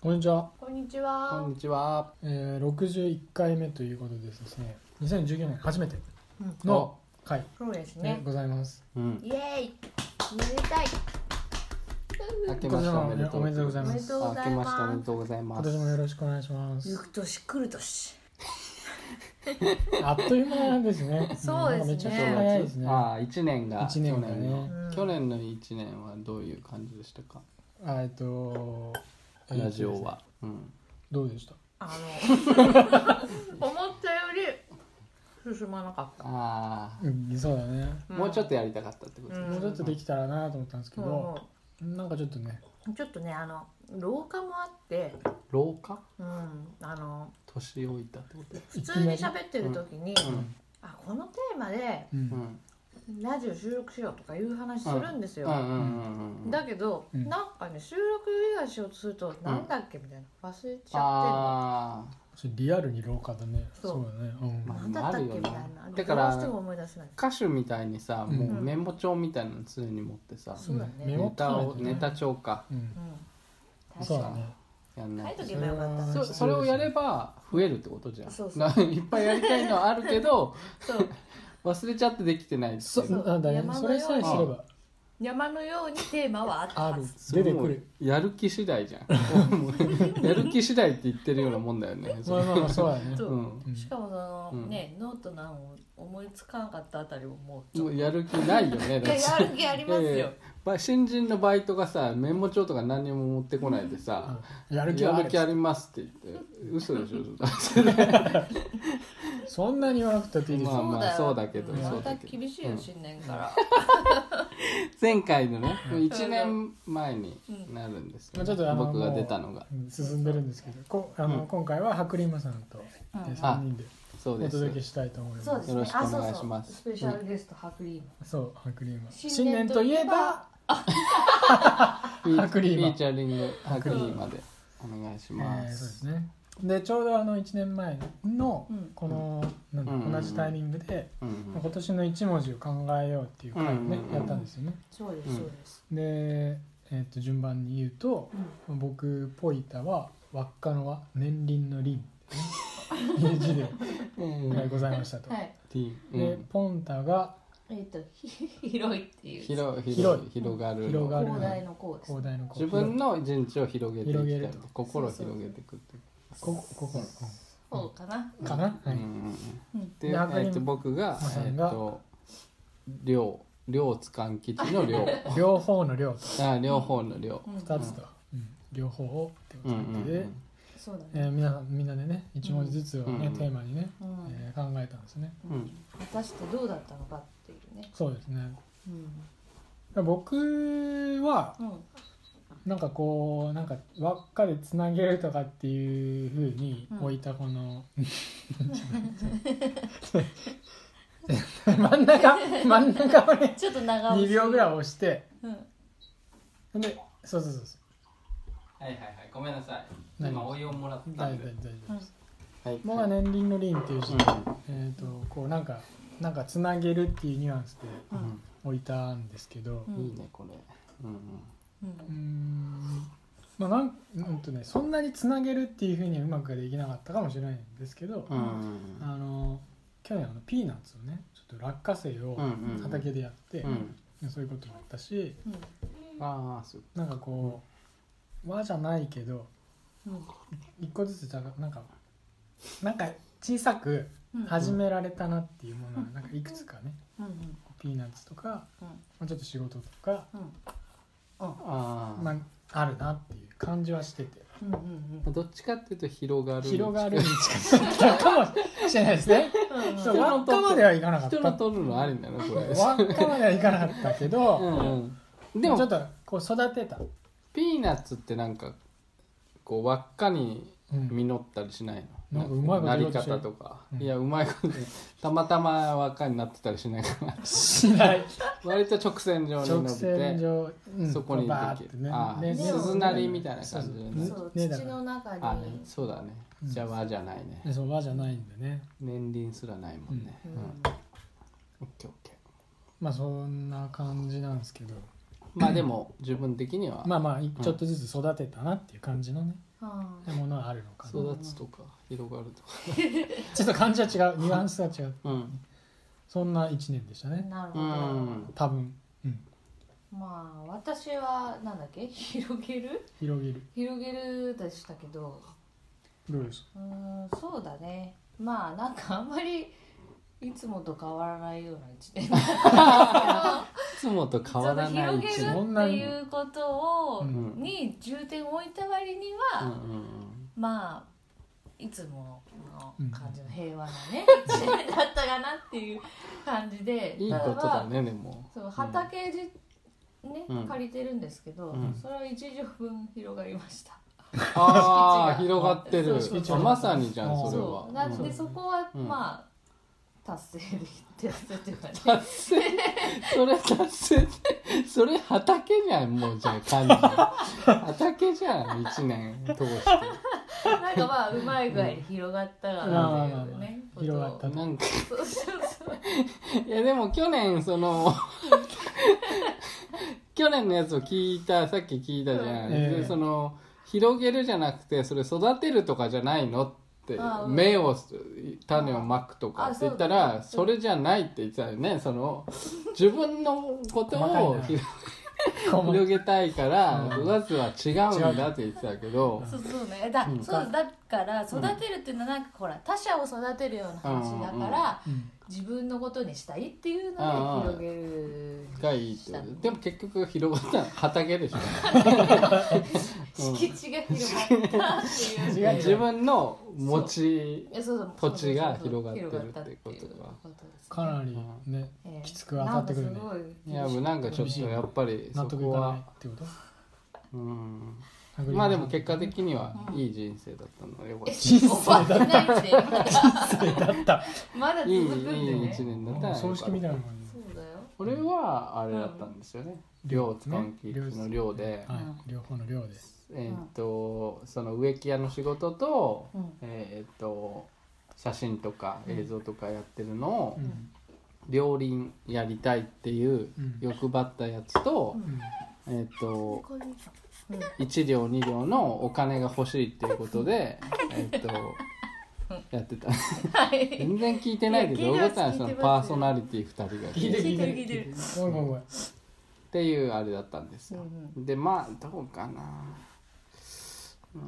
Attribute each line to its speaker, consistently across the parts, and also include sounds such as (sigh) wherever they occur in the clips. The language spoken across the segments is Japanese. Speaker 1: こんにちは。
Speaker 2: こんにち
Speaker 1: こ
Speaker 2: は
Speaker 1: ん。にちは。えー、61回目ということでですね、2019年初めての回
Speaker 2: そうです
Speaker 1: で
Speaker 2: ね。
Speaker 1: ございます。
Speaker 3: うん。
Speaker 2: イエーイ。めでたい。
Speaker 3: 明けましておめでとう。
Speaker 1: おめでとうございます
Speaker 2: おめでとうございます
Speaker 3: あ明けましておめでとうござい
Speaker 1: 今
Speaker 3: ます。
Speaker 1: 年もよろしくお願いします。
Speaker 2: く年来る年。
Speaker 1: あっという間ですね。
Speaker 2: そうですね
Speaker 1: んめちゃくちゃ早いですね。あ
Speaker 3: ああ、一年が。
Speaker 1: 一年がね
Speaker 3: 去の
Speaker 2: うん
Speaker 3: 去年の一年はどういう感じでしたか。
Speaker 1: えっと、
Speaker 3: ラジオは。うん。
Speaker 1: どうでした
Speaker 2: あ (laughs) の。思ったより。進まなかった。
Speaker 3: あ
Speaker 1: うん、そうだね。
Speaker 3: あ、もうちょっとやりたかったってことです
Speaker 2: うん
Speaker 1: も
Speaker 3: ね。
Speaker 1: うちょっとできたらなと思ったんですけど、
Speaker 2: そ
Speaker 1: なんかちょっとね、
Speaker 2: うちょっとね、あの。老化もあって。
Speaker 3: 老化。
Speaker 2: うん、あの。
Speaker 3: 年老いたってこと。
Speaker 2: 普通に喋ってる時に。
Speaker 3: うん。
Speaker 2: あ、このテーマで。
Speaker 1: う、
Speaker 3: うんん。
Speaker 2: ラジオ収録しようとかいう話するんです
Speaker 3: うん。う
Speaker 2: よ。
Speaker 3: ん。うん。うん。
Speaker 2: だけど、
Speaker 1: うん
Speaker 2: なんかね収録以外しようとすると、なんだっけみたいな忘れちゃっ
Speaker 3: ああ。
Speaker 1: それリアルに老化だね。
Speaker 2: そう
Speaker 1: そうだね。うん。
Speaker 2: て
Speaker 3: ま
Speaker 2: んの
Speaker 3: あ
Speaker 2: なんだったっけみたい
Speaker 3: なるよ
Speaker 2: な
Speaker 3: なだから
Speaker 2: どうしても思い出せない
Speaker 3: 歌手みたいにさ、
Speaker 1: うん
Speaker 3: もうメモ帳みたいなの常に持ってさ。
Speaker 2: そうだね
Speaker 1: メモ
Speaker 3: ネ
Speaker 1: っとか
Speaker 3: タ
Speaker 1: ない
Speaker 3: を、
Speaker 1: とね
Speaker 3: ネタ帳か。
Speaker 1: うん。
Speaker 2: うん、
Speaker 1: そう
Speaker 2: 確
Speaker 1: だ
Speaker 2: かに。
Speaker 1: ね。
Speaker 3: やんないと
Speaker 2: 書いと
Speaker 1: そ
Speaker 2: けばよかった
Speaker 1: は
Speaker 3: そそれをやれば増えるってことじゃん
Speaker 2: そうそう
Speaker 3: ないっぱいやりたいのはある
Speaker 1: (laughs)
Speaker 3: けど
Speaker 2: そう
Speaker 3: 忘れちゃってできてないって
Speaker 1: そう
Speaker 2: そう
Speaker 1: なんだね
Speaker 2: 山の
Speaker 1: それさえすれば
Speaker 2: 山のようにテーマはあった
Speaker 1: あ
Speaker 2: は
Speaker 1: る
Speaker 2: ず。
Speaker 3: そ
Speaker 1: 出
Speaker 3: れ
Speaker 1: て
Speaker 3: も
Speaker 1: く
Speaker 3: う
Speaker 1: る
Speaker 3: やる気次第じゃん (laughs) もうやる気次第って言ってるようなもんだよね
Speaker 1: まあまあまあそうだね
Speaker 2: そう
Speaker 3: うん
Speaker 1: うん
Speaker 2: しかもその、
Speaker 3: うん
Speaker 2: ねノートなんを思いつかなかったあたりをもうち
Speaker 3: も
Speaker 2: ょっ
Speaker 3: うやる気ないよね
Speaker 2: と。いややる気あります
Speaker 3: いやい
Speaker 2: よ
Speaker 3: や。ば新人のバイトがさメモ帳とか何にも持ってこないでさ、
Speaker 1: うんやる気
Speaker 3: や
Speaker 1: はあ
Speaker 3: る気あ
Speaker 1: る
Speaker 3: りますって言って嘘でしょ
Speaker 1: (laughs) そんなに言わなくたっていいです
Speaker 3: まあ
Speaker 1: よ
Speaker 3: まあそうだけど
Speaker 2: ん
Speaker 3: そうだ
Speaker 2: また
Speaker 3: けど
Speaker 2: 厳しいよ新年から。
Speaker 3: 前回のね1年前になるんですよ、
Speaker 1: うんちょっとあの
Speaker 3: 僕が出たのが
Speaker 1: うん進んでるんですけどこあの
Speaker 3: うん
Speaker 1: 今回は白リマさんと
Speaker 2: うん
Speaker 1: え3人で
Speaker 3: そう
Speaker 1: お
Speaker 3: です
Speaker 1: 届けしたいと思い
Speaker 2: そう
Speaker 1: ま
Speaker 2: ですす
Speaker 3: よろ
Speaker 2: ね
Speaker 3: し。
Speaker 2: あ
Speaker 3: くお願い
Speaker 2: そう
Speaker 3: し
Speaker 2: そう。
Speaker 3: ます
Speaker 2: スペシャルゲスト白衣。
Speaker 1: そう白リマ新
Speaker 2: 新
Speaker 1: 年
Speaker 2: 年
Speaker 1: と
Speaker 2: と
Speaker 1: い
Speaker 2: い
Speaker 1: え
Speaker 2: え
Speaker 1: ば
Speaker 2: ば
Speaker 3: フィー
Speaker 1: 白リーマ
Speaker 3: フィーチャリングハクリーまでお願いし
Speaker 1: え
Speaker 3: ま
Speaker 1: ーそうです
Speaker 3: す。
Speaker 1: ねでちょうどあの1年前の
Speaker 2: うん
Speaker 1: このなんだ
Speaker 3: うんうんうん
Speaker 1: 同じタイミングで
Speaker 3: うんうん
Speaker 1: 今年の1文字を考えようっていう回をね
Speaker 3: うんうんうん
Speaker 1: やったんですよね
Speaker 2: そうです
Speaker 3: うん
Speaker 2: そうです。
Speaker 1: で、えっと順番に言うと僕ポイタは輪っかの輪年輪
Speaker 2: (laughs)
Speaker 1: の輪ってねいう字で
Speaker 3: うん
Speaker 1: ございましたと、
Speaker 2: はい。
Speaker 3: ティーう
Speaker 1: で
Speaker 3: ん
Speaker 1: ポンタが
Speaker 2: えっとひ広いっていう。広
Speaker 3: 広い
Speaker 1: 広
Speaker 3: 広
Speaker 1: い
Speaker 3: い広がる
Speaker 1: 広がる
Speaker 2: 広大の広です。
Speaker 1: 広大の子
Speaker 3: 自分の陣地を広げてい
Speaker 1: 広げ
Speaker 3: きた
Speaker 1: る
Speaker 3: い
Speaker 1: と
Speaker 3: 心を広げていくっていう
Speaker 1: こ心
Speaker 2: そうかな。
Speaker 1: かな、
Speaker 3: う
Speaker 1: は
Speaker 3: ん
Speaker 1: い
Speaker 3: うん
Speaker 2: うん。
Speaker 3: で、え
Speaker 1: でハクリー
Speaker 3: ー、と僕が
Speaker 1: さ
Speaker 3: え
Speaker 1: ん
Speaker 3: っ、
Speaker 1: が
Speaker 3: と量量つかん吉
Speaker 1: (laughs)
Speaker 3: の量
Speaker 1: 両方の両と
Speaker 3: あ両方の量
Speaker 2: うん
Speaker 1: 2つと、うん両方をってこ
Speaker 3: うん
Speaker 1: と
Speaker 3: う
Speaker 1: で、
Speaker 3: ん
Speaker 2: そうだ
Speaker 1: え
Speaker 2: ね。
Speaker 1: ー皆さんみんなでね1文字ずつをね、
Speaker 3: うん
Speaker 1: テーマにね、
Speaker 2: うん。
Speaker 1: えー考えたんですね
Speaker 3: うん
Speaker 2: 果たしてどうだったのかっていうね。
Speaker 1: そうですね
Speaker 2: うん。
Speaker 1: 僕は
Speaker 2: うん。
Speaker 1: なんかこうなんか輪っかでつなげるとかっていうふうに置いたこ
Speaker 2: (laughs)
Speaker 1: の、真ん中真ん中をね
Speaker 2: ちょっと長押し。
Speaker 1: 2秒ぐらい
Speaker 2: い。
Speaker 1: 押して
Speaker 2: うん。
Speaker 1: でそうそうそうそ
Speaker 3: はいはいはいごめんなさい
Speaker 1: 何
Speaker 3: 今お湯をもらっ
Speaker 1: う
Speaker 3: た
Speaker 1: 大
Speaker 3: ん
Speaker 1: 丈夫
Speaker 3: で
Speaker 1: 大丈夫
Speaker 2: うん
Speaker 3: はい
Speaker 1: 僕は年輪の輪っていう字、
Speaker 3: う
Speaker 1: えっ、とこうなんかなんかつなげるっていうニュアンスで
Speaker 3: んうん
Speaker 1: 置いたんですけど、
Speaker 2: うん
Speaker 3: いいねこれ。うんう
Speaker 2: う
Speaker 3: ん。
Speaker 2: ん
Speaker 1: うーんまあなんうんとねそんなにつなげるっていうふうにうまくできなかったかもしれないんですけど、
Speaker 3: うんうん
Speaker 1: あの去年あのピーナッツをねちょっと落花生を
Speaker 3: うんうんうん
Speaker 1: 畑でやって、
Speaker 3: うん。うん。
Speaker 1: そういうこともあったし
Speaker 2: うん
Speaker 3: ああそう。
Speaker 1: なんかこう輪じゃないけど
Speaker 2: うん
Speaker 1: 一個ずつじゃなんかなんか小さく始められたなっていうものがなんかいくつかね
Speaker 2: うんうん
Speaker 1: ピーナッツとか、
Speaker 2: うん
Speaker 1: まあ、ちょっと仕事とか、
Speaker 2: うん
Speaker 3: ああ。
Speaker 1: まあ、あるなっていう感じはしてて
Speaker 2: うんうん
Speaker 3: どっちかっていうと広がる。
Speaker 1: 広がるに近づいたかもしれないですね。
Speaker 2: うん
Speaker 1: そう輪っかまではいかなかった
Speaker 3: 人の取るのありなのこ
Speaker 1: (laughs)
Speaker 3: れ。
Speaker 1: 輪っかまではいかなかったけ
Speaker 3: う
Speaker 1: ど、
Speaker 3: んうん。で
Speaker 1: でもちょっ
Speaker 3: も
Speaker 1: とこう育てた、
Speaker 3: ピーナッツってなんかこう輪っかに
Speaker 1: うん
Speaker 3: 実ったりしないの。
Speaker 1: なんかうまいこと
Speaker 3: な
Speaker 1: 言お
Speaker 3: り
Speaker 1: うとしてる
Speaker 3: 方とか
Speaker 1: う。ん
Speaker 3: いやうまいこと。たまたま輪っかになってたりしない (laughs) かな。
Speaker 1: しない
Speaker 3: 割と直線上に
Speaker 1: 直
Speaker 3: 伸び
Speaker 1: 線
Speaker 3: て。
Speaker 1: 上、うん
Speaker 3: そこにで
Speaker 1: バーっ
Speaker 3: き
Speaker 1: て
Speaker 3: る
Speaker 1: ね
Speaker 3: あー
Speaker 1: ね
Speaker 2: 鈴
Speaker 3: なりみたいな感じでね
Speaker 1: そう
Speaker 2: そう
Speaker 1: ね
Speaker 2: 土の中
Speaker 3: あね
Speaker 2: に
Speaker 3: そうだね。
Speaker 1: うん
Speaker 3: じゃあ輪じゃないね。
Speaker 1: ねそう輪じゃないんでね
Speaker 3: 年輪すらないもんね。
Speaker 2: う
Speaker 3: うんん。オッケーオッケー。
Speaker 1: まあそんな感じなんですけど
Speaker 3: まあでも自分的には、
Speaker 1: まあまあい
Speaker 3: ん
Speaker 1: ちょっとずつ育てたなっていう感じのね、
Speaker 4: あ
Speaker 1: なものはあるのかな
Speaker 3: 育つとか広がるとか
Speaker 1: ちょっと感じは違うニュアンスが違う
Speaker 3: うん
Speaker 1: そんな一年でした
Speaker 2: あ
Speaker 1: ね
Speaker 2: なる
Speaker 3: う
Speaker 2: ほど、
Speaker 3: ん
Speaker 1: 多分、うん、
Speaker 2: まあ私はなんだっけ広げる
Speaker 1: 広げる
Speaker 2: 広げるでしたけど
Speaker 1: どうです
Speaker 2: うーんそうだねまあなんかあんまりいつもと変わらないような一年
Speaker 3: いつもと変わらない
Speaker 2: 広
Speaker 3: う
Speaker 2: げるっ
Speaker 3: ち
Speaker 2: て
Speaker 3: にうん
Speaker 2: いうことを、
Speaker 1: うん
Speaker 2: に重点を置いた割に
Speaker 3: う
Speaker 2: は、
Speaker 3: んうん
Speaker 2: まあいつもの感じの平和なね、一年だったかなっていう感じで
Speaker 3: いいことだねでも
Speaker 2: ただまあそう畑じ、ね
Speaker 3: うん
Speaker 2: 借りてるんですけど、
Speaker 3: うん
Speaker 2: それは一畳分広がりました、
Speaker 3: あ
Speaker 2: 敷地
Speaker 3: あ
Speaker 2: が
Speaker 3: 広がってる
Speaker 2: そう
Speaker 1: そう
Speaker 3: あまさにじゃん
Speaker 1: そう
Speaker 3: それは
Speaker 2: そうなん
Speaker 3: う
Speaker 2: で
Speaker 3: ん
Speaker 2: そこは、
Speaker 3: うん
Speaker 2: まあ達成できて達成っていうかね
Speaker 3: (laughs) 達成それ達成ってそれ畑じゃんもうじゃあ感じ畑じゃん一年通して
Speaker 2: なんかまあうまい具合に広がったらなっていうね、
Speaker 1: うん広がった
Speaker 3: なんか
Speaker 2: そうそうそう
Speaker 3: いやでも去年その去年のやつを聞いたさっき聞いたじゃん、
Speaker 1: うんええ
Speaker 3: でその広げるじゃなくてそれ育てるとかじゃないのって
Speaker 2: あうん
Speaker 3: 芽を種をまくとかって言ったら
Speaker 2: あ
Speaker 3: そ
Speaker 2: そうだね
Speaker 3: れじゃないって言ってたよねその自分のこと
Speaker 1: 細か
Speaker 3: を
Speaker 1: い
Speaker 3: 広
Speaker 1: なこう
Speaker 3: 広げたいから
Speaker 1: うん
Speaker 3: 育つは違うんだって言ってたけど
Speaker 2: そうそうねだ,、
Speaker 3: うん
Speaker 2: そうだから育てるっていうのはなんかほら他者を育てるような話だから、
Speaker 1: うん
Speaker 2: 自分のことにしたいっていう
Speaker 3: ああ
Speaker 2: ので広げる
Speaker 3: がいいってことでも結局広がったのは畑でしょうん
Speaker 2: 敷地が広がったっていう
Speaker 1: 違う違う
Speaker 3: 自分の持ち
Speaker 2: えそうそう
Speaker 3: 土地が
Speaker 2: そうそうそう
Speaker 3: 広がってる
Speaker 2: 広が
Speaker 3: って
Speaker 2: た
Speaker 3: ことが
Speaker 2: っていうこと
Speaker 1: かなり
Speaker 3: う
Speaker 1: ね
Speaker 2: ですね
Speaker 1: きつく当たってくるね
Speaker 2: えーなんかすご
Speaker 3: いやもうなんかちょっとやっぱりそ
Speaker 1: 納得い
Speaker 3: こ
Speaker 1: かない
Speaker 3: は、
Speaker 1: ってこと
Speaker 3: うん、
Speaker 1: 殴り
Speaker 3: まあでも結果的にはいい人生だったのでよかった、
Speaker 1: 人生
Speaker 2: 終わってないって
Speaker 1: だった
Speaker 2: まだ
Speaker 3: いいいい
Speaker 2: 続くんでね
Speaker 3: 一年だったらよか
Speaker 1: 葬
Speaker 3: った
Speaker 1: 式みたいなもんね
Speaker 2: そうだよ
Speaker 3: これはあれだったんですよね量使う気
Speaker 1: ね
Speaker 3: の量で、
Speaker 1: はい両方の量で
Speaker 3: えーっとその植木屋の仕事と、
Speaker 2: うん
Speaker 3: えーっと写真とか映像とかやってるのを
Speaker 1: うん
Speaker 3: 両輪やりたいっていう
Speaker 1: うん
Speaker 3: 欲張ったやつと、
Speaker 1: うん
Speaker 3: えーっと1両2両のお金が欲しいっていうことでえっとやってた
Speaker 2: はい
Speaker 3: 全然聞いてないけど
Speaker 2: いや
Speaker 3: ど
Speaker 2: 聞
Speaker 3: う
Speaker 2: い
Speaker 3: だ
Speaker 2: て
Speaker 3: ったん
Speaker 2: ます
Speaker 3: その
Speaker 2: 聞いてます
Speaker 3: パーソナリティ2人が
Speaker 1: 聞いてる聞いてる
Speaker 2: 聞いてる聞いてる
Speaker 1: ごめんごめんごめん
Speaker 3: っていうあれだったんですよ、
Speaker 2: う
Speaker 3: でまあどうかなうー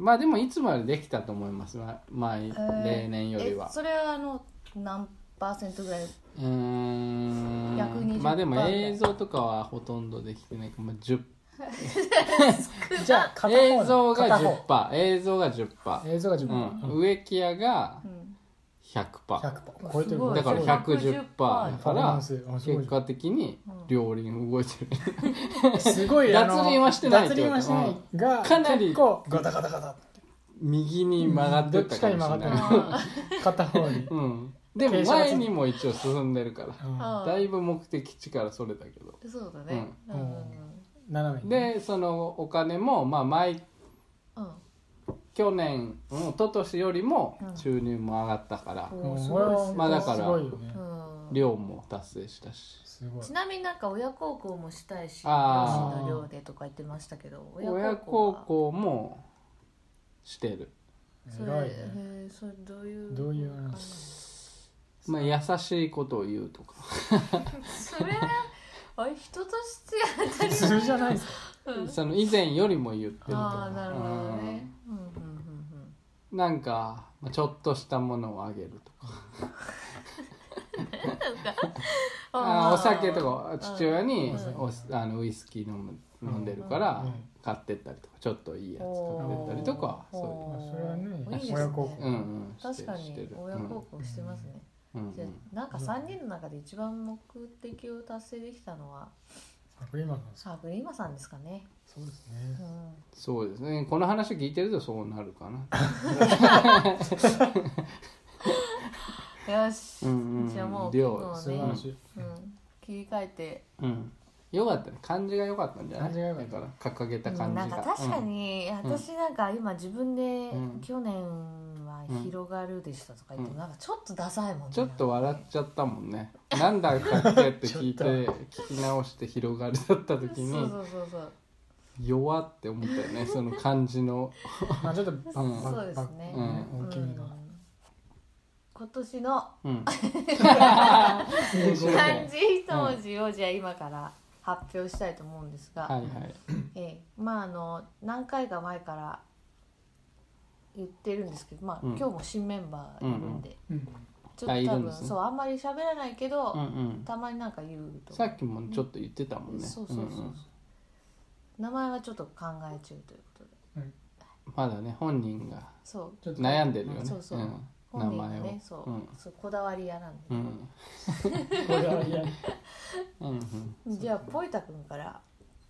Speaker 3: んまあでもいつもよりできたと思いますま前、例年よりは
Speaker 2: えそれはあの何パーセントぐらいう
Speaker 3: ーん
Speaker 2: 約20%
Speaker 3: まあでも映像とかはほとんどできてないかも10
Speaker 1: じゃあ片方
Speaker 3: 映像が
Speaker 1: 片方
Speaker 3: 10%映像が10%、
Speaker 1: 映像が10
Speaker 3: うん
Speaker 1: 分、
Speaker 3: 植木屋が
Speaker 2: うん
Speaker 3: 100%
Speaker 1: 100%超えてる
Speaker 2: すごい
Speaker 3: だから
Speaker 2: 100
Speaker 3: 110%だ
Speaker 1: パ
Speaker 3: か
Speaker 1: フォーマ
Speaker 3: ら
Speaker 1: ンスあすごい
Speaker 3: 結果的に両輪動いてる
Speaker 1: すごい
Speaker 3: 脱
Speaker 1: あの
Speaker 3: 輪はしてないって
Speaker 1: 脱
Speaker 3: こと
Speaker 1: 輪はしてないが
Speaker 3: かなり
Speaker 1: 結構ガタガタガタ
Speaker 3: 右に曲がってったかもし
Speaker 1: どっ
Speaker 3: れ
Speaker 1: ちかに
Speaker 3: な
Speaker 1: 曲
Speaker 3: い
Speaker 1: が
Speaker 2: あ
Speaker 1: 片方
Speaker 3: (laughs)
Speaker 1: に
Speaker 3: うんでも前にも一応進んでるか
Speaker 1: うん
Speaker 2: あ
Speaker 3: らだいぶ目的地からそれだけど
Speaker 2: ーそうだね
Speaker 1: うん
Speaker 2: うん
Speaker 1: 斜めに
Speaker 3: でそのお金もまあ毎
Speaker 2: うん
Speaker 3: 去年うん一昨年よりも
Speaker 2: うん
Speaker 3: 収入も上がったから
Speaker 2: う
Speaker 1: もう
Speaker 2: す
Speaker 1: これ
Speaker 2: ごい
Speaker 1: は
Speaker 3: まあだから
Speaker 1: すごいよね
Speaker 2: うん
Speaker 3: 量も達成したし
Speaker 1: すごい
Speaker 2: ちなみになんか親孝行もしたいし両
Speaker 3: あ
Speaker 1: ー
Speaker 2: 親の寮でとか言ってましたけど
Speaker 3: 親孝行もしてる
Speaker 2: それ、
Speaker 1: 偉い
Speaker 2: へ
Speaker 1: ね
Speaker 2: ーそれどういう
Speaker 1: どういう
Speaker 2: 感じ
Speaker 3: まあ優しいことを言うとか
Speaker 2: それあれ人として
Speaker 1: 普通じゃないですか
Speaker 2: やる
Speaker 3: その以前よりも言って
Speaker 2: あ
Speaker 3: るとか
Speaker 2: あなるほどねうんうんうん
Speaker 3: うんなんかまあちょっとしたものをあげるとか
Speaker 2: うんなんか
Speaker 3: あーお酒と
Speaker 2: か
Speaker 3: か父親に
Speaker 2: うん
Speaker 3: おあのウイスキー飲む飲んでるから
Speaker 1: うん
Speaker 3: 買ってったりとかちょっといいやつ買ってったりとかそ
Speaker 1: あそれはね
Speaker 2: いいです
Speaker 1: 親孝行
Speaker 3: ういううんうんして
Speaker 2: 確
Speaker 3: る
Speaker 2: か
Speaker 3: して
Speaker 2: に
Speaker 3: る
Speaker 2: 親孝行してますね、
Speaker 3: うんうん
Speaker 2: じゃあなんか3人の中で一番目的を達成できたのは
Speaker 1: サプリマンなんですか
Speaker 2: サーブリーマさんですかね、
Speaker 1: そうです
Speaker 2: う
Speaker 1: ね
Speaker 2: ん、
Speaker 3: そうですねこの話聞いてるとそうなるかな
Speaker 2: よし、
Speaker 3: うんうん
Speaker 2: じゃあもう
Speaker 3: 量
Speaker 2: 今日
Speaker 1: 素
Speaker 2: ね
Speaker 1: 晴らしい
Speaker 2: うん、切り替えて、
Speaker 3: うんよかったね感じが良かったんじゃない
Speaker 1: 感じが良かっ
Speaker 3: だ
Speaker 1: た
Speaker 3: から掲げた
Speaker 2: う
Speaker 3: 感
Speaker 2: ん
Speaker 3: じが
Speaker 2: なんか確かに、
Speaker 3: うん
Speaker 2: 私なんか今自分で
Speaker 3: うん
Speaker 2: 去年は広がるでしたとか言っても、
Speaker 3: うん
Speaker 2: なんかちょっとダサいもんね
Speaker 3: ちょっと笑っちゃったもんね。なんだったっけって聞いて聞き直して広がりだった時
Speaker 2: そう
Speaker 3: に
Speaker 2: そうそうそう
Speaker 3: 弱って思ったよねその漢字の
Speaker 1: まあちょっと
Speaker 3: うん
Speaker 1: ば
Speaker 2: そうですね
Speaker 1: ば
Speaker 3: う
Speaker 1: 大きめの
Speaker 2: うん今年の
Speaker 3: う
Speaker 2: (laughs)
Speaker 3: ん (laughs)
Speaker 2: 漢字一文字をじゃあ今から発表したいと思うんですが、
Speaker 3: はいはい
Speaker 2: ええまああの何回か前から言ってるんですけど、まあ、
Speaker 3: うん
Speaker 2: 今日も新メンバーいるんで、
Speaker 1: うん
Speaker 2: ちょっ
Speaker 3: あ
Speaker 2: と
Speaker 3: い
Speaker 2: 多
Speaker 3: るん
Speaker 2: 分、
Speaker 3: ですね
Speaker 2: そうあんまり喋らないけど、
Speaker 3: うんうん
Speaker 2: たまになんか言うと
Speaker 3: さっきもちょっと言ってたもんね
Speaker 2: そうそうそうそう、
Speaker 3: んん
Speaker 2: 名前はちょっと考え中ということで
Speaker 3: まだね本人が
Speaker 2: そう
Speaker 1: ちょっと
Speaker 3: 悩んでるよね
Speaker 2: そうそう本
Speaker 3: 名
Speaker 2: 人が
Speaker 3: 前を
Speaker 2: ねそう,、
Speaker 3: うん
Speaker 2: そうこだわり屋なんで、
Speaker 3: うん
Speaker 1: これはいや
Speaker 3: うんうん
Speaker 2: じゃあポイタ君から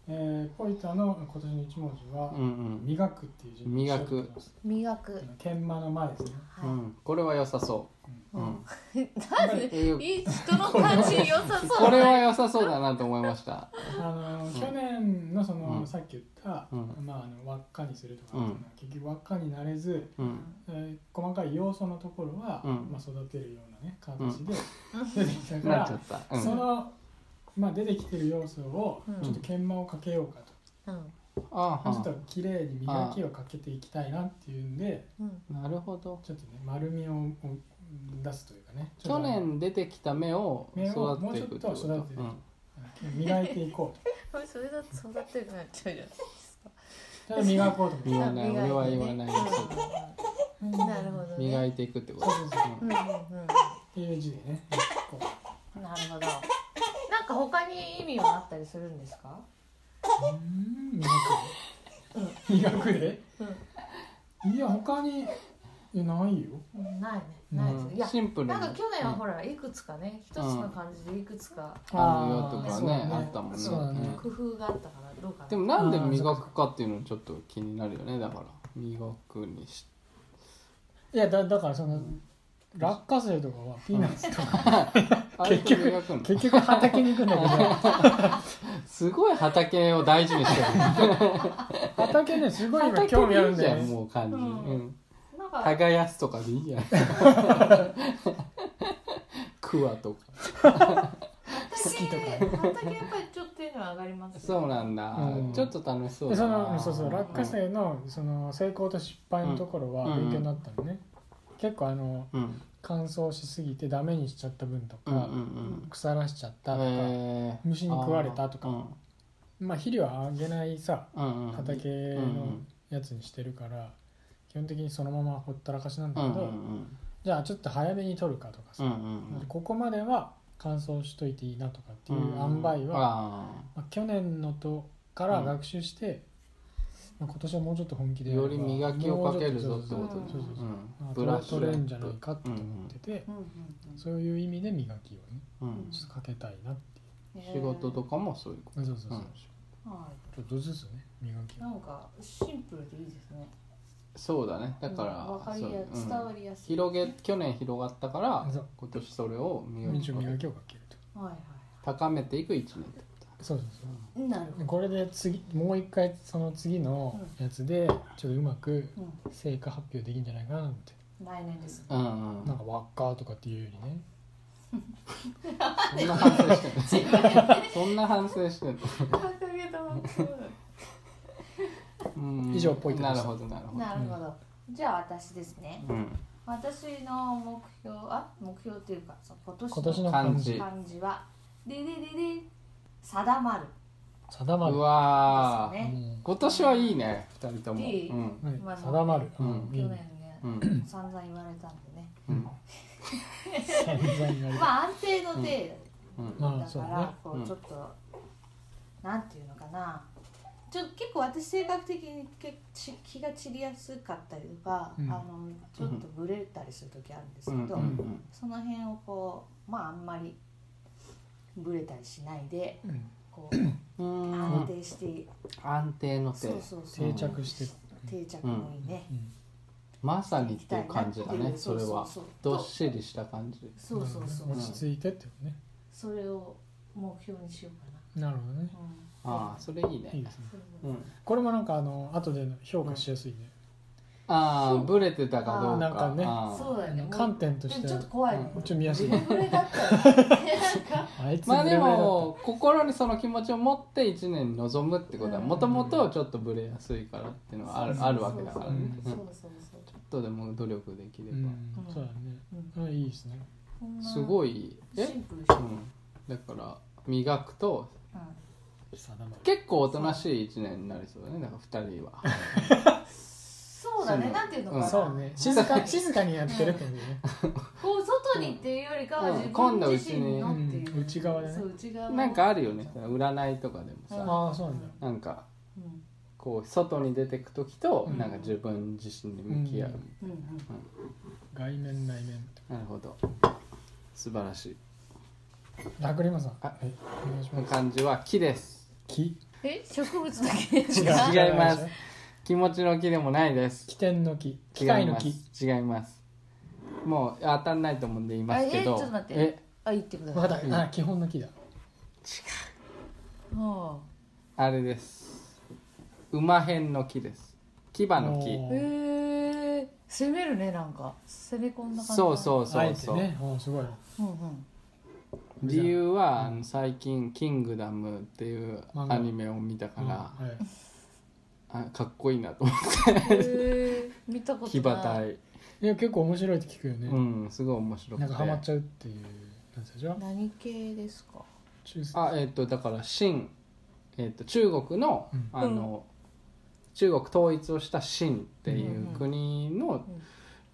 Speaker 1: えーポイタの今年の一文字は
Speaker 3: うんうん
Speaker 1: 磨くっていう字に
Speaker 3: 磨く
Speaker 1: しようと思います
Speaker 2: 磨く
Speaker 1: 研磨の間ですね
Speaker 2: はい、
Speaker 3: うん、これは良さそう。
Speaker 2: う
Speaker 3: うんん、
Speaker 2: なん
Speaker 3: (laughs)
Speaker 2: で
Speaker 3: えー
Speaker 2: いい人の感じ良さそう
Speaker 3: これは良さそうだなと思いました。
Speaker 1: あの去年のその、
Speaker 3: うん
Speaker 1: さっき言った、
Speaker 3: うん
Speaker 1: まあ、あの輪っかにするとか、
Speaker 3: うん
Speaker 1: 結局輪っかになれず、
Speaker 3: うん、
Speaker 1: えー細かい要素のところは、
Speaker 3: うん
Speaker 1: まあ、育てるようなね形で出てきたか
Speaker 3: なっちゃ
Speaker 1: ら
Speaker 3: っ、た。う
Speaker 1: そ
Speaker 3: ん、あ
Speaker 1: の、まあ、出てきてる要素を
Speaker 2: うん
Speaker 1: ちょっと研磨をかけようかと、
Speaker 2: うん
Speaker 1: ちょっ
Speaker 3: あ
Speaker 1: と、綺麗に磨きをかけていきたいなっていうんで
Speaker 2: うん
Speaker 3: なるほど。
Speaker 1: ちょっとね丸みをうん出すというかねちょっと
Speaker 3: 去年出てきた目を
Speaker 1: 目を
Speaker 3: 育てていくってこ
Speaker 1: もうちょっと育てていく
Speaker 3: うん
Speaker 1: 磨いていこう
Speaker 2: これそれだと育ってるなっちゃうじゃないですか
Speaker 1: とただ磨こうと思って
Speaker 3: 言わな
Speaker 2: 磨
Speaker 3: い
Speaker 2: てね
Speaker 3: 俺は言わない
Speaker 2: うんうんうんなるほどね
Speaker 3: 磨いていくってこと。
Speaker 1: そうそうそう
Speaker 2: うんうんうん
Speaker 1: っていう字でねこう
Speaker 2: なるほど。なんか他に意味はあったりするんですか？
Speaker 1: 医学で、
Speaker 2: う
Speaker 1: いや他にいやないよ
Speaker 2: うんないね、
Speaker 1: うん
Speaker 2: ないです。
Speaker 3: うん
Speaker 2: いや
Speaker 3: シ、ンプルに。
Speaker 2: なんか去年は
Speaker 3: うん
Speaker 2: ほらいくつかね、一つの漢字でいくつか
Speaker 3: あるよとかね
Speaker 1: あー
Speaker 3: あったもんね
Speaker 1: そうだね
Speaker 3: うん
Speaker 2: 工夫があったからどうかな。
Speaker 3: でもなんで磨くかっていうのちょっと気になるよねだから磨くにし
Speaker 1: いやだだからその落花生とかはピーナッツとか
Speaker 3: あれと磨く
Speaker 1: (laughs)
Speaker 3: の
Speaker 1: 結局畑に行くんだけ
Speaker 3: すごい畑を大事
Speaker 1: (laughs)
Speaker 3: にしてる
Speaker 1: ど畑ねすごい今興味あるんだよ
Speaker 3: 畑でいいじ
Speaker 1: ね
Speaker 3: ゃもう感じ、
Speaker 2: うん
Speaker 3: うん
Speaker 2: なんか
Speaker 3: 耕すとかでいいやん (laughs) クワとか
Speaker 1: き
Speaker 2: 畑
Speaker 1: とか
Speaker 2: 畑やっぱりちょっとテンション上がります、
Speaker 3: そうなんだ、
Speaker 1: うん
Speaker 3: ちょっと楽しそう
Speaker 1: で
Speaker 3: だ
Speaker 1: そ
Speaker 3: な
Speaker 1: のそうそう落花生のその成功と失敗のところは
Speaker 3: うん
Speaker 1: 勉強になったのね、結構あの
Speaker 3: うんうん
Speaker 1: 乾燥しすぎてダメにしちゃった分とか、
Speaker 3: うんうん
Speaker 1: 腐らしちゃったとか、
Speaker 3: えー
Speaker 1: 虫に食われたとか
Speaker 3: うん
Speaker 1: まあ肥料はあげないさ
Speaker 3: うんうん
Speaker 1: 畑のやつにしてるから、基本的にそのままほったらかしなんだ
Speaker 3: うん
Speaker 1: け
Speaker 3: う
Speaker 1: ど、
Speaker 3: んうん
Speaker 1: じゃあちょっと早めに取るかとか
Speaker 3: う
Speaker 1: さ、
Speaker 3: んうん
Speaker 1: ここまでは乾燥しといていいなとかっていう塩梅は、ま
Speaker 3: は、
Speaker 1: あ、去年のとから学習して、まあ、今年はもうちょっと本気
Speaker 3: あー
Speaker 1: でやれ
Speaker 3: よ
Speaker 1: ば
Speaker 3: り磨きをかけるぞって
Speaker 1: そう
Speaker 3: こ
Speaker 1: そう
Speaker 3: とで
Speaker 1: そうそうそうまあ
Speaker 3: ブラッシュ
Speaker 1: 取れるんじ
Speaker 3: ア
Speaker 1: ゃ
Speaker 3: ッ
Speaker 1: ない
Speaker 3: プ
Speaker 1: かって思ってて、
Speaker 2: うんうんうん
Speaker 1: そういう意味で磨きをね
Speaker 3: うん
Speaker 1: ちょっとかけたいなってい
Speaker 3: 仕事と。かもそういうこ
Speaker 1: う、そうそうそう、
Speaker 3: うん
Speaker 2: えーは
Speaker 1: ちょっとずつね磨き
Speaker 2: い。
Speaker 1: を
Speaker 2: なんかシンプルでいいですね。
Speaker 3: とそうだねだか、
Speaker 2: うんわからり
Speaker 3: そう
Speaker 2: や
Speaker 3: うん
Speaker 2: 伝わりやすい。
Speaker 3: 広げ去年広がったから
Speaker 1: そう
Speaker 3: 今年それを磨
Speaker 1: 一
Speaker 3: き
Speaker 1: 応磨きをかけると
Speaker 2: はいは
Speaker 3: 高めていく一年ってこと
Speaker 1: そうそうそう
Speaker 2: い。なるほど。
Speaker 1: これで次もう一回その次のやつでちょっとうまく
Speaker 2: う
Speaker 1: 成果発表できるんじゃないかなと思って、
Speaker 2: ん。来年です。
Speaker 3: (laughs) うんうん
Speaker 1: なんか輪っかとかっていうよりね
Speaker 3: そんな反省して
Speaker 1: (laughs)
Speaker 3: んのそんな反省してんの、
Speaker 2: 掲げたもん。
Speaker 3: うん
Speaker 1: 以上ポイント
Speaker 3: な
Speaker 1: で
Speaker 3: る
Speaker 1: した
Speaker 3: ほどなるほど
Speaker 2: なるほど。じゃあ私ですね。
Speaker 3: うん、
Speaker 2: 私の目標あ目標っていうかその今年の
Speaker 1: 今年の感じ
Speaker 2: 漢字はでででで定まる
Speaker 1: 定まる
Speaker 3: うわ
Speaker 2: で
Speaker 3: ー
Speaker 2: すね。
Speaker 1: う
Speaker 3: 今年はいいね二人とも
Speaker 2: いい
Speaker 3: うん
Speaker 1: ん
Speaker 2: ま
Speaker 1: は
Speaker 2: あ
Speaker 1: い、定まる、
Speaker 3: うん
Speaker 1: いい
Speaker 2: 去年
Speaker 1: ね
Speaker 2: ね、
Speaker 3: うん
Speaker 2: 散々言われたんでね。
Speaker 3: うん
Speaker 1: 散々言われた
Speaker 2: まあ安定の程
Speaker 3: うん
Speaker 1: ま
Speaker 2: 度
Speaker 1: あ
Speaker 2: だ
Speaker 1: そ
Speaker 2: か
Speaker 1: うね
Speaker 2: ら、こ
Speaker 3: うん
Speaker 2: うちょっと、なんていうのかな。ちょ結構私性格的にけち気が散りやすかったりとか、
Speaker 1: うん
Speaker 2: あのちょっとブレたりする時あるんです
Speaker 3: う
Speaker 2: け
Speaker 3: ん
Speaker 2: ど、
Speaker 3: うん
Speaker 2: その辺をこうまああんまりブレたりしないで
Speaker 1: うん
Speaker 2: こう。
Speaker 3: うんう
Speaker 2: 安
Speaker 3: ん
Speaker 2: 定して、
Speaker 3: 安定の
Speaker 2: そう
Speaker 3: 定
Speaker 2: そうそう
Speaker 1: 定着してる、
Speaker 2: 定着もいいね、
Speaker 1: うん
Speaker 3: まさにっていう感じだねそ
Speaker 2: そう
Speaker 3: れ
Speaker 2: そう
Speaker 3: は
Speaker 2: そう
Speaker 3: どっしりした感じ
Speaker 2: そうそうそう、
Speaker 1: 落ち着いてってことね
Speaker 2: それを目標にしようか
Speaker 1: なるほどね
Speaker 2: な、うん、
Speaker 3: ああそれいいね
Speaker 1: いいですね
Speaker 2: そう
Speaker 3: うん
Speaker 1: これもなんかあの後での評価しやすいね、
Speaker 2: そう
Speaker 3: ああブレてたかどうか
Speaker 1: なんかね
Speaker 3: あー
Speaker 2: そうだよね
Speaker 1: 観点として
Speaker 2: ちょ
Speaker 1: は
Speaker 2: っと怖いね
Speaker 1: うち見やす
Speaker 2: (laughs)
Speaker 1: い
Speaker 2: これだったらねなんか
Speaker 1: あいつ
Speaker 3: まあで
Speaker 1: ブレブレだっ
Speaker 3: も心にその気持ちを持って1年に臨むってことは
Speaker 2: うん
Speaker 3: もともとちょっとブレやすいからっていうのはある
Speaker 2: そうそうそう
Speaker 3: あるわけだからね
Speaker 2: そううん
Speaker 3: ち
Speaker 2: そ
Speaker 3: ょ
Speaker 2: うそう
Speaker 3: っとでも努力できれ
Speaker 1: た
Speaker 3: ば、
Speaker 1: うん
Speaker 2: うん
Speaker 1: そうだねうんいいですね
Speaker 2: こんな
Speaker 3: すごい
Speaker 2: シ
Speaker 3: え
Speaker 2: ンプルでし
Speaker 3: う
Speaker 2: ょ
Speaker 3: んだから磨くと
Speaker 1: 定まる
Speaker 3: 結構おとなしい1年になりそうだねだから2人は
Speaker 2: そうだねなんていうのかな
Speaker 1: そう
Speaker 2: (laughs)
Speaker 1: ね静か静かにやってるってことね
Speaker 2: こう外にっていうよりかは
Speaker 3: うん
Speaker 2: 自分自身のっていう
Speaker 1: うん内側だね
Speaker 2: そう内側
Speaker 3: なんかあるよね占いとかでもさ、
Speaker 1: ああそうなんだ
Speaker 3: なんか
Speaker 2: うん
Speaker 3: こう外に出てく時と、
Speaker 1: うん
Speaker 3: なんか自分自身に向き合う、
Speaker 2: うんうん
Speaker 1: 外面内面って
Speaker 3: なるほど素晴らしい
Speaker 1: ラクリマさん
Speaker 3: あ
Speaker 1: はいお願いし
Speaker 3: この
Speaker 1: ます
Speaker 3: 漢字は木です
Speaker 1: 木
Speaker 4: え植物だけ
Speaker 1: 違う
Speaker 3: 違います気持ちの木でもないです
Speaker 1: 起点の木
Speaker 3: 違
Speaker 1: 機械
Speaker 3: い
Speaker 1: の
Speaker 3: ます
Speaker 1: 木
Speaker 3: 違いますもう当たんないと思うんで言いますけど
Speaker 2: あえちょっと待ってあ言ってくだ
Speaker 1: わ
Speaker 2: さい
Speaker 1: かったあ基本の木だ
Speaker 2: は
Speaker 3: あれです馬編の木です牙の
Speaker 1: お
Speaker 2: あ
Speaker 1: ー
Speaker 3: 木
Speaker 2: へえ攻めるねなんか攻め込んだ感じ
Speaker 3: そう
Speaker 2: う
Speaker 3: そう
Speaker 1: あ
Speaker 3: そ
Speaker 1: え
Speaker 3: う
Speaker 1: て
Speaker 3: そう、
Speaker 1: ねおーすごい
Speaker 2: うんうん
Speaker 3: 理由は、
Speaker 1: うん
Speaker 3: あの最近「キングダム」っていう
Speaker 1: 漫画
Speaker 3: アニメを見たから、
Speaker 1: うんはい
Speaker 3: あかっこいいなと思っ
Speaker 2: へえ見たこ
Speaker 3: (laughs)
Speaker 2: と
Speaker 3: て騎馬
Speaker 2: ない
Speaker 3: 隊
Speaker 1: いや結構面白いって聞くよね
Speaker 3: うんすごい面白くて
Speaker 1: なんかハマっちゃうっていうやつでしょ
Speaker 2: 何系ですか
Speaker 1: 中世
Speaker 3: あえっ、とだから秦、えっと中国の,、
Speaker 1: うん
Speaker 3: あの中国統一をした秦ってい
Speaker 2: ん
Speaker 3: う
Speaker 2: うん
Speaker 3: う国の、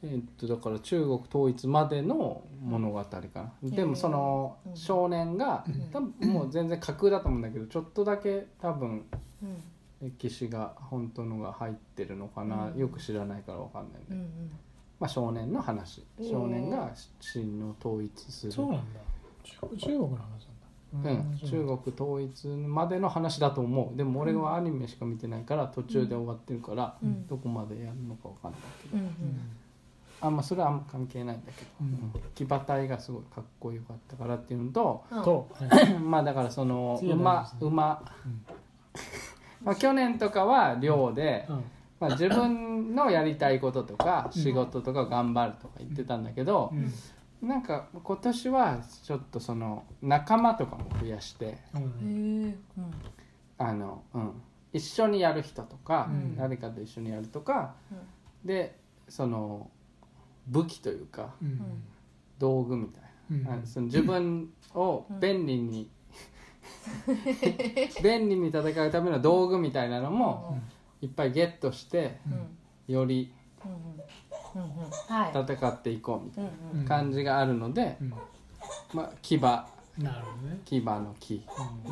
Speaker 3: えっとだから中国統一までの物語かな、
Speaker 2: ん
Speaker 3: でもその
Speaker 2: うん
Speaker 3: 少年が、
Speaker 2: ん
Speaker 3: 多分もう全然架空だと思うんだけどちょっとだけ多分
Speaker 2: うん
Speaker 3: 歴史が本当のが入ってるのかな、
Speaker 2: うん
Speaker 3: よく知らないからわかんないんだけ
Speaker 2: う
Speaker 3: ど、
Speaker 2: んうん
Speaker 3: まあ、少年の話
Speaker 2: へー
Speaker 3: 少年が秦を統一する
Speaker 1: そうなんだ中中国の話なん
Speaker 3: う
Speaker 1: だ
Speaker 3: ん、中国統一までの話だと思うでも俺はアニメしか見てないから途中で終わってるから、
Speaker 2: うん
Speaker 3: どこまでやるのかわかんないけど、
Speaker 2: うんう
Speaker 1: うんん
Speaker 3: あんまそれはあんま関係ないんだけど、
Speaker 1: うん
Speaker 3: 騎馬隊がすごいかっこよかったからっていうのと
Speaker 1: とはい
Speaker 3: まあだからその
Speaker 1: 強い
Speaker 3: 馬
Speaker 1: ですね
Speaker 3: 馬、
Speaker 1: うん
Speaker 3: まあ、去年とかは漁で、
Speaker 1: うん
Speaker 3: まあ、自分のやりたいこととか
Speaker 1: うん
Speaker 3: 仕事とか頑張るとか言ってたんだけど、
Speaker 1: うん
Speaker 3: なんか今年はちょっとその仲間とかも増やして。
Speaker 1: うん
Speaker 2: へえ
Speaker 3: あの、うん、一緒にやる人とか、
Speaker 1: うん
Speaker 3: 誰かと一緒にやるとかでその武器というか
Speaker 1: うん
Speaker 3: 道具みたい
Speaker 1: うん
Speaker 3: な、あのその自分を
Speaker 2: うん
Speaker 3: 便利に、便利に戦うための道具みたいなのもいっぱいゲットして
Speaker 2: うんうん
Speaker 3: より
Speaker 2: うんうんうんはい
Speaker 3: 戦っていこうみたい
Speaker 2: うんうん
Speaker 3: な感じがあるので、
Speaker 1: うん
Speaker 3: まあ、牙牙
Speaker 1: なるほどね
Speaker 3: の木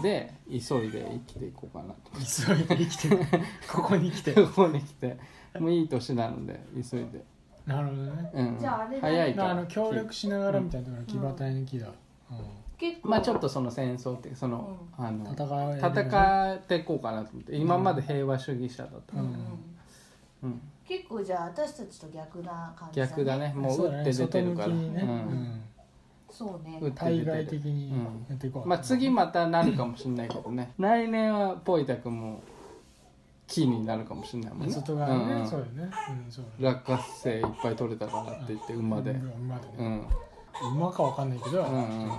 Speaker 3: で急いで生きていこうかなと。
Speaker 1: 急いで生きてる (laughs) ここに来て
Speaker 3: (laughs) ここに来てもういい年なので急いで
Speaker 1: なるほどね
Speaker 3: うん
Speaker 2: じゃああれだ
Speaker 3: 早いか
Speaker 1: まあ
Speaker 3: ら
Speaker 1: あの協力しながらみたいなところが騎馬隊の木だ
Speaker 2: 結構
Speaker 3: まあちょっとその戦争っていうその,、あ
Speaker 1: うん
Speaker 3: の
Speaker 1: 戦う
Speaker 3: 戦っていこうかなと思って今まで平和主義者だっ
Speaker 2: うん
Speaker 3: た、
Speaker 2: う
Speaker 1: うん
Speaker 3: うん
Speaker 2: 結構じゃあ私たちと逆な感じ
Speaker 3: 逆だねもう打って出てるから
Speaker 1: 外向きにね
Speaker 3: う
Speaker 1: うんん
Speaker 2: そうね
Speaker 3: 打って
Speaker 1: 対
Speaker 3: 出
Speaker 1: 外
Speaker 3: て
Speaker 1: 的
Speaker 3: る、
Speaker 1: にやっていこう
Speaker 3: まあ、次またなるかもしれないけどね来年はポイタ君もキーになるかもしれないもんね
Speaker 1: 外側
Speaker 3: うんう
Speaker 1: ね
Speaker 3: ん
Speaker 1: そうよねうんそうだね
Speaker 3: 落花生いっぱい取れたからって言って馬で、
Speaker 1: う
Speaker 3: うんん
Speaker 1: 馬で
Speaker 3: う
Speaker 1: ね
Speaker 3: ん
Speaker 1: 馬かわかんないけど
Speaker 3: うん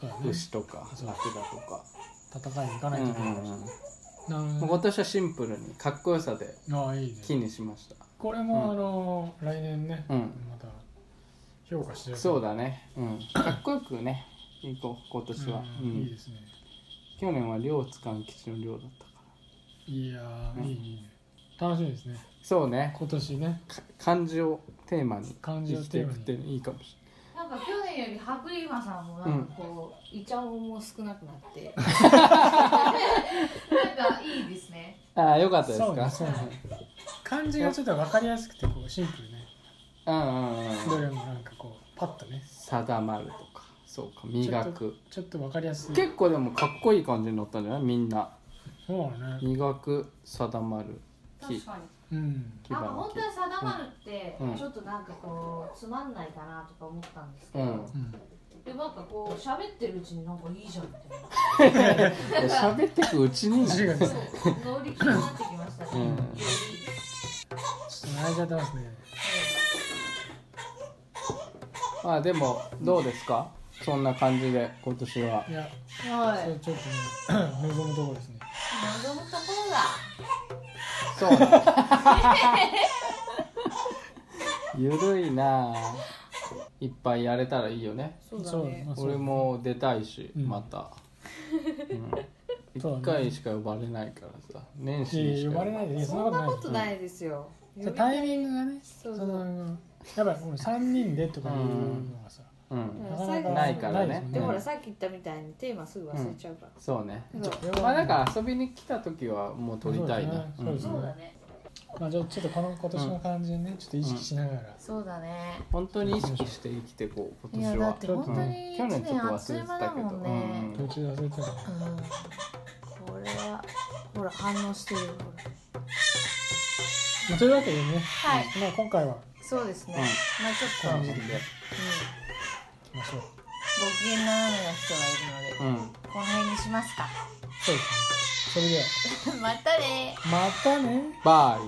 Speaker 1: そうだね
Speaker 3: 牛とか
Speaker 1: そう
Speaker 3: ラクダとか、
Speaker 1: 戦いに行か
Speaker 3: うん
Speaker 1: ないうといけない
Speaker 3: んうん、も
Speaker 1: なる
Speaker 3: う
Speaker 1: ほ
Speaker 3: 今
Speaker 1: どね
Speaker 3: 年はシンプルにかっこよさで
Speaker 1: ああいいね
Speaker 3: 木にしました
Speaker 1: これもあの来年ね
Speaker 3: うん
Speaker 1: また評価して
Speaker 3: そう
Speaker 1: だ
Speaker 3: だね、うん、かっこよくね行こう今年は、うん
Speaker 1: いいですね
Speaker 3: 去年は両津勘吉の両だったから
Speaker 1: いやー
Speaker 3: うん
Speaker 1: いいね楽しみですね
Speaker 3: そうね
Speaker 1: 今年ね
Speaker 3: か漢字をテーマに
Speaker 1: 漢字
Speaker 3: 生
Speaker 1: を
Speaker 3: きて
Speaker 1: テー
Speaker 3: い
Speaker 1: マ
Speaker 3: く
Speaker 1: に
Speaker 3: っていいかもし
Speaker 2: なんか去年より白リーマさんもなんかこう、イチャモンも少なくなって
Speaker 3: (laughs)
Speaker 2: なんかいいですね
Speaker 3: れないああよかったです
Speaker 1: そうね
Speaker 3: か
Speaker 1: そうね漢字がちょっと分かりやすくてこうシンプルね
Speaker 3: うんうんう
Speaker 1: ど
Speaker 3: ん
Speaker 1: れもなんかこうパッとね
Speaker 3: 定まるとかそうか磨く
Speaker 1: ちょっと分かりやすい
Speaker 3: 結構でもかっこいい感じになったんじゃないみんな
Speaker 1: そうだね
Speaker 3: 磨く定まる木
Speaker 2: 確か
Speaker 1: う
Speaker 2: に
Speaker 1: ん
Speaker 3: 牙
Speaker 2: なんか
Speaker 3: の
Speaker 2: 本当は定まるって、
Speaker 3: うん
Speaker 2: ちょっとなんかこうつまんないかなとか思ったんですけ
Speaker 3: 木う
Speaker 2: ど、
Speaker 3: ん
Speaker 1: うん
Speaker 2: でなんかこう喋ってるうちになんかいいじゃんみ
Speaker 3: (laughs) いや喋ってくうちにな
Speaker 1: 字が
Speaker 2: たいなそう乗り気になってきましたね、
Speaker 3: うん
Speaker 1: ちょっとね泣いちゃってますね
Speaker 3: まあでもどうですかそんな感じで今年はい
Speaker 1: や
Speaker 2: は
Speaker 1: それ
Speaker 2: い
Speaker 1: ちょっとね望むところですね
Speaker 2: 望むところだ
Speaker 3: そう (laughs) ねゆるいなあいっぱいやれたらいいよね
Speaker 4: そうだね
Speaker 1: まあそう
Speaker 3: 俺も出たいし、
Speaker 1: うん
Speaker 3: また、うん、
Speaker 1: そうだね
Speaker 3: 1回しか呼ばれないからさ年
Speaker 1: い
Speaker 3: 始
Speaker 1: や
Speaker 3: に
Speaker 1: い
Speaker 3: し
Speaker 1: や呼
Speaker 3: か
Speaker 1: ばれないでいやそ
Speaker 2: そ
Speaker 1: ん
Speaker 2: んな
Speaker 1: な
Speaker 2: こ
Speaker 1: こととな
Speaker 2: ないいですよ
Speaker 1: じゃあタイミングがね
Speaker 2: そうそ
Speaker 1: そうのやっぱり俺3人でとかいうのがさ、
Speaker 3: うん
Speaker 1: なかなか
Speaker 2: ない
Speaker 3: から
Speaker 1: で
Speaker 3: ね
Speaker 1: すもん
Speaker 2: で
Speaker 3: も
Speaker 2: ほらさっき言ったみたいにテーマすぐ忘れちゃうから、
Speaker 3: そうね
Speaker 2: そう
Speaker 3: まあだから遊びに来た時はもう撮りたいね
Speaker 1: そうですね
Speaker 3: ん
Speaker 2: そうだね
Speaker 1: まあ、じゃあちょっと (laughs) この今年の感じにねちょっと意識しながら、
Speaker 2: そうだね
Speaker 3: 本当に意識して生きてこう
Speaker 2: い
Speaker 3: 今
Speaker 2: や
Speaker 3: 年
Speaker 2: だ
Speaker 3: は
Speaker 2: って本当に
Speaker 3: 去
Speaker 2: 一
Speaker 3: 年ちょっ
Speaker 2: 年
Speaker 3: と
Speaker 2: あっと
Speaker 3: 忘
Speaker 2: い
Speaker 3: れ
Speaker 2: う
Speaker 3: て
Speaker 2: 間
Speaker 3: た
Speaker 2: だ
Speaker 3: けど
Speaker 2: もんね
Speaker 1: 途中で忘れてたの
Speaker 2: うん、これはほら反応してるほら
Speaker 1: まあというわけでね、
Speaker 2: はい
Speaker 1: まあ、今回は
Speaker 2: そうですね、
Speaker 3: うん
Speaker 2: まあちょっと、
Speaker 3: う
Speaker 2: うんん、
Speaker 3: う
Speaker 2: ご
Speaker 3: んで
Speaker 1: 行きましょう
Speaker 2: 機嫌斜めな人がいるので、
Speaker 3: うん
Speaker 2: この辺にしますか
Speaker 1: そうですねそれでは
Speaker 2: またね
Speaker 1: またね
Speaker 3: バイ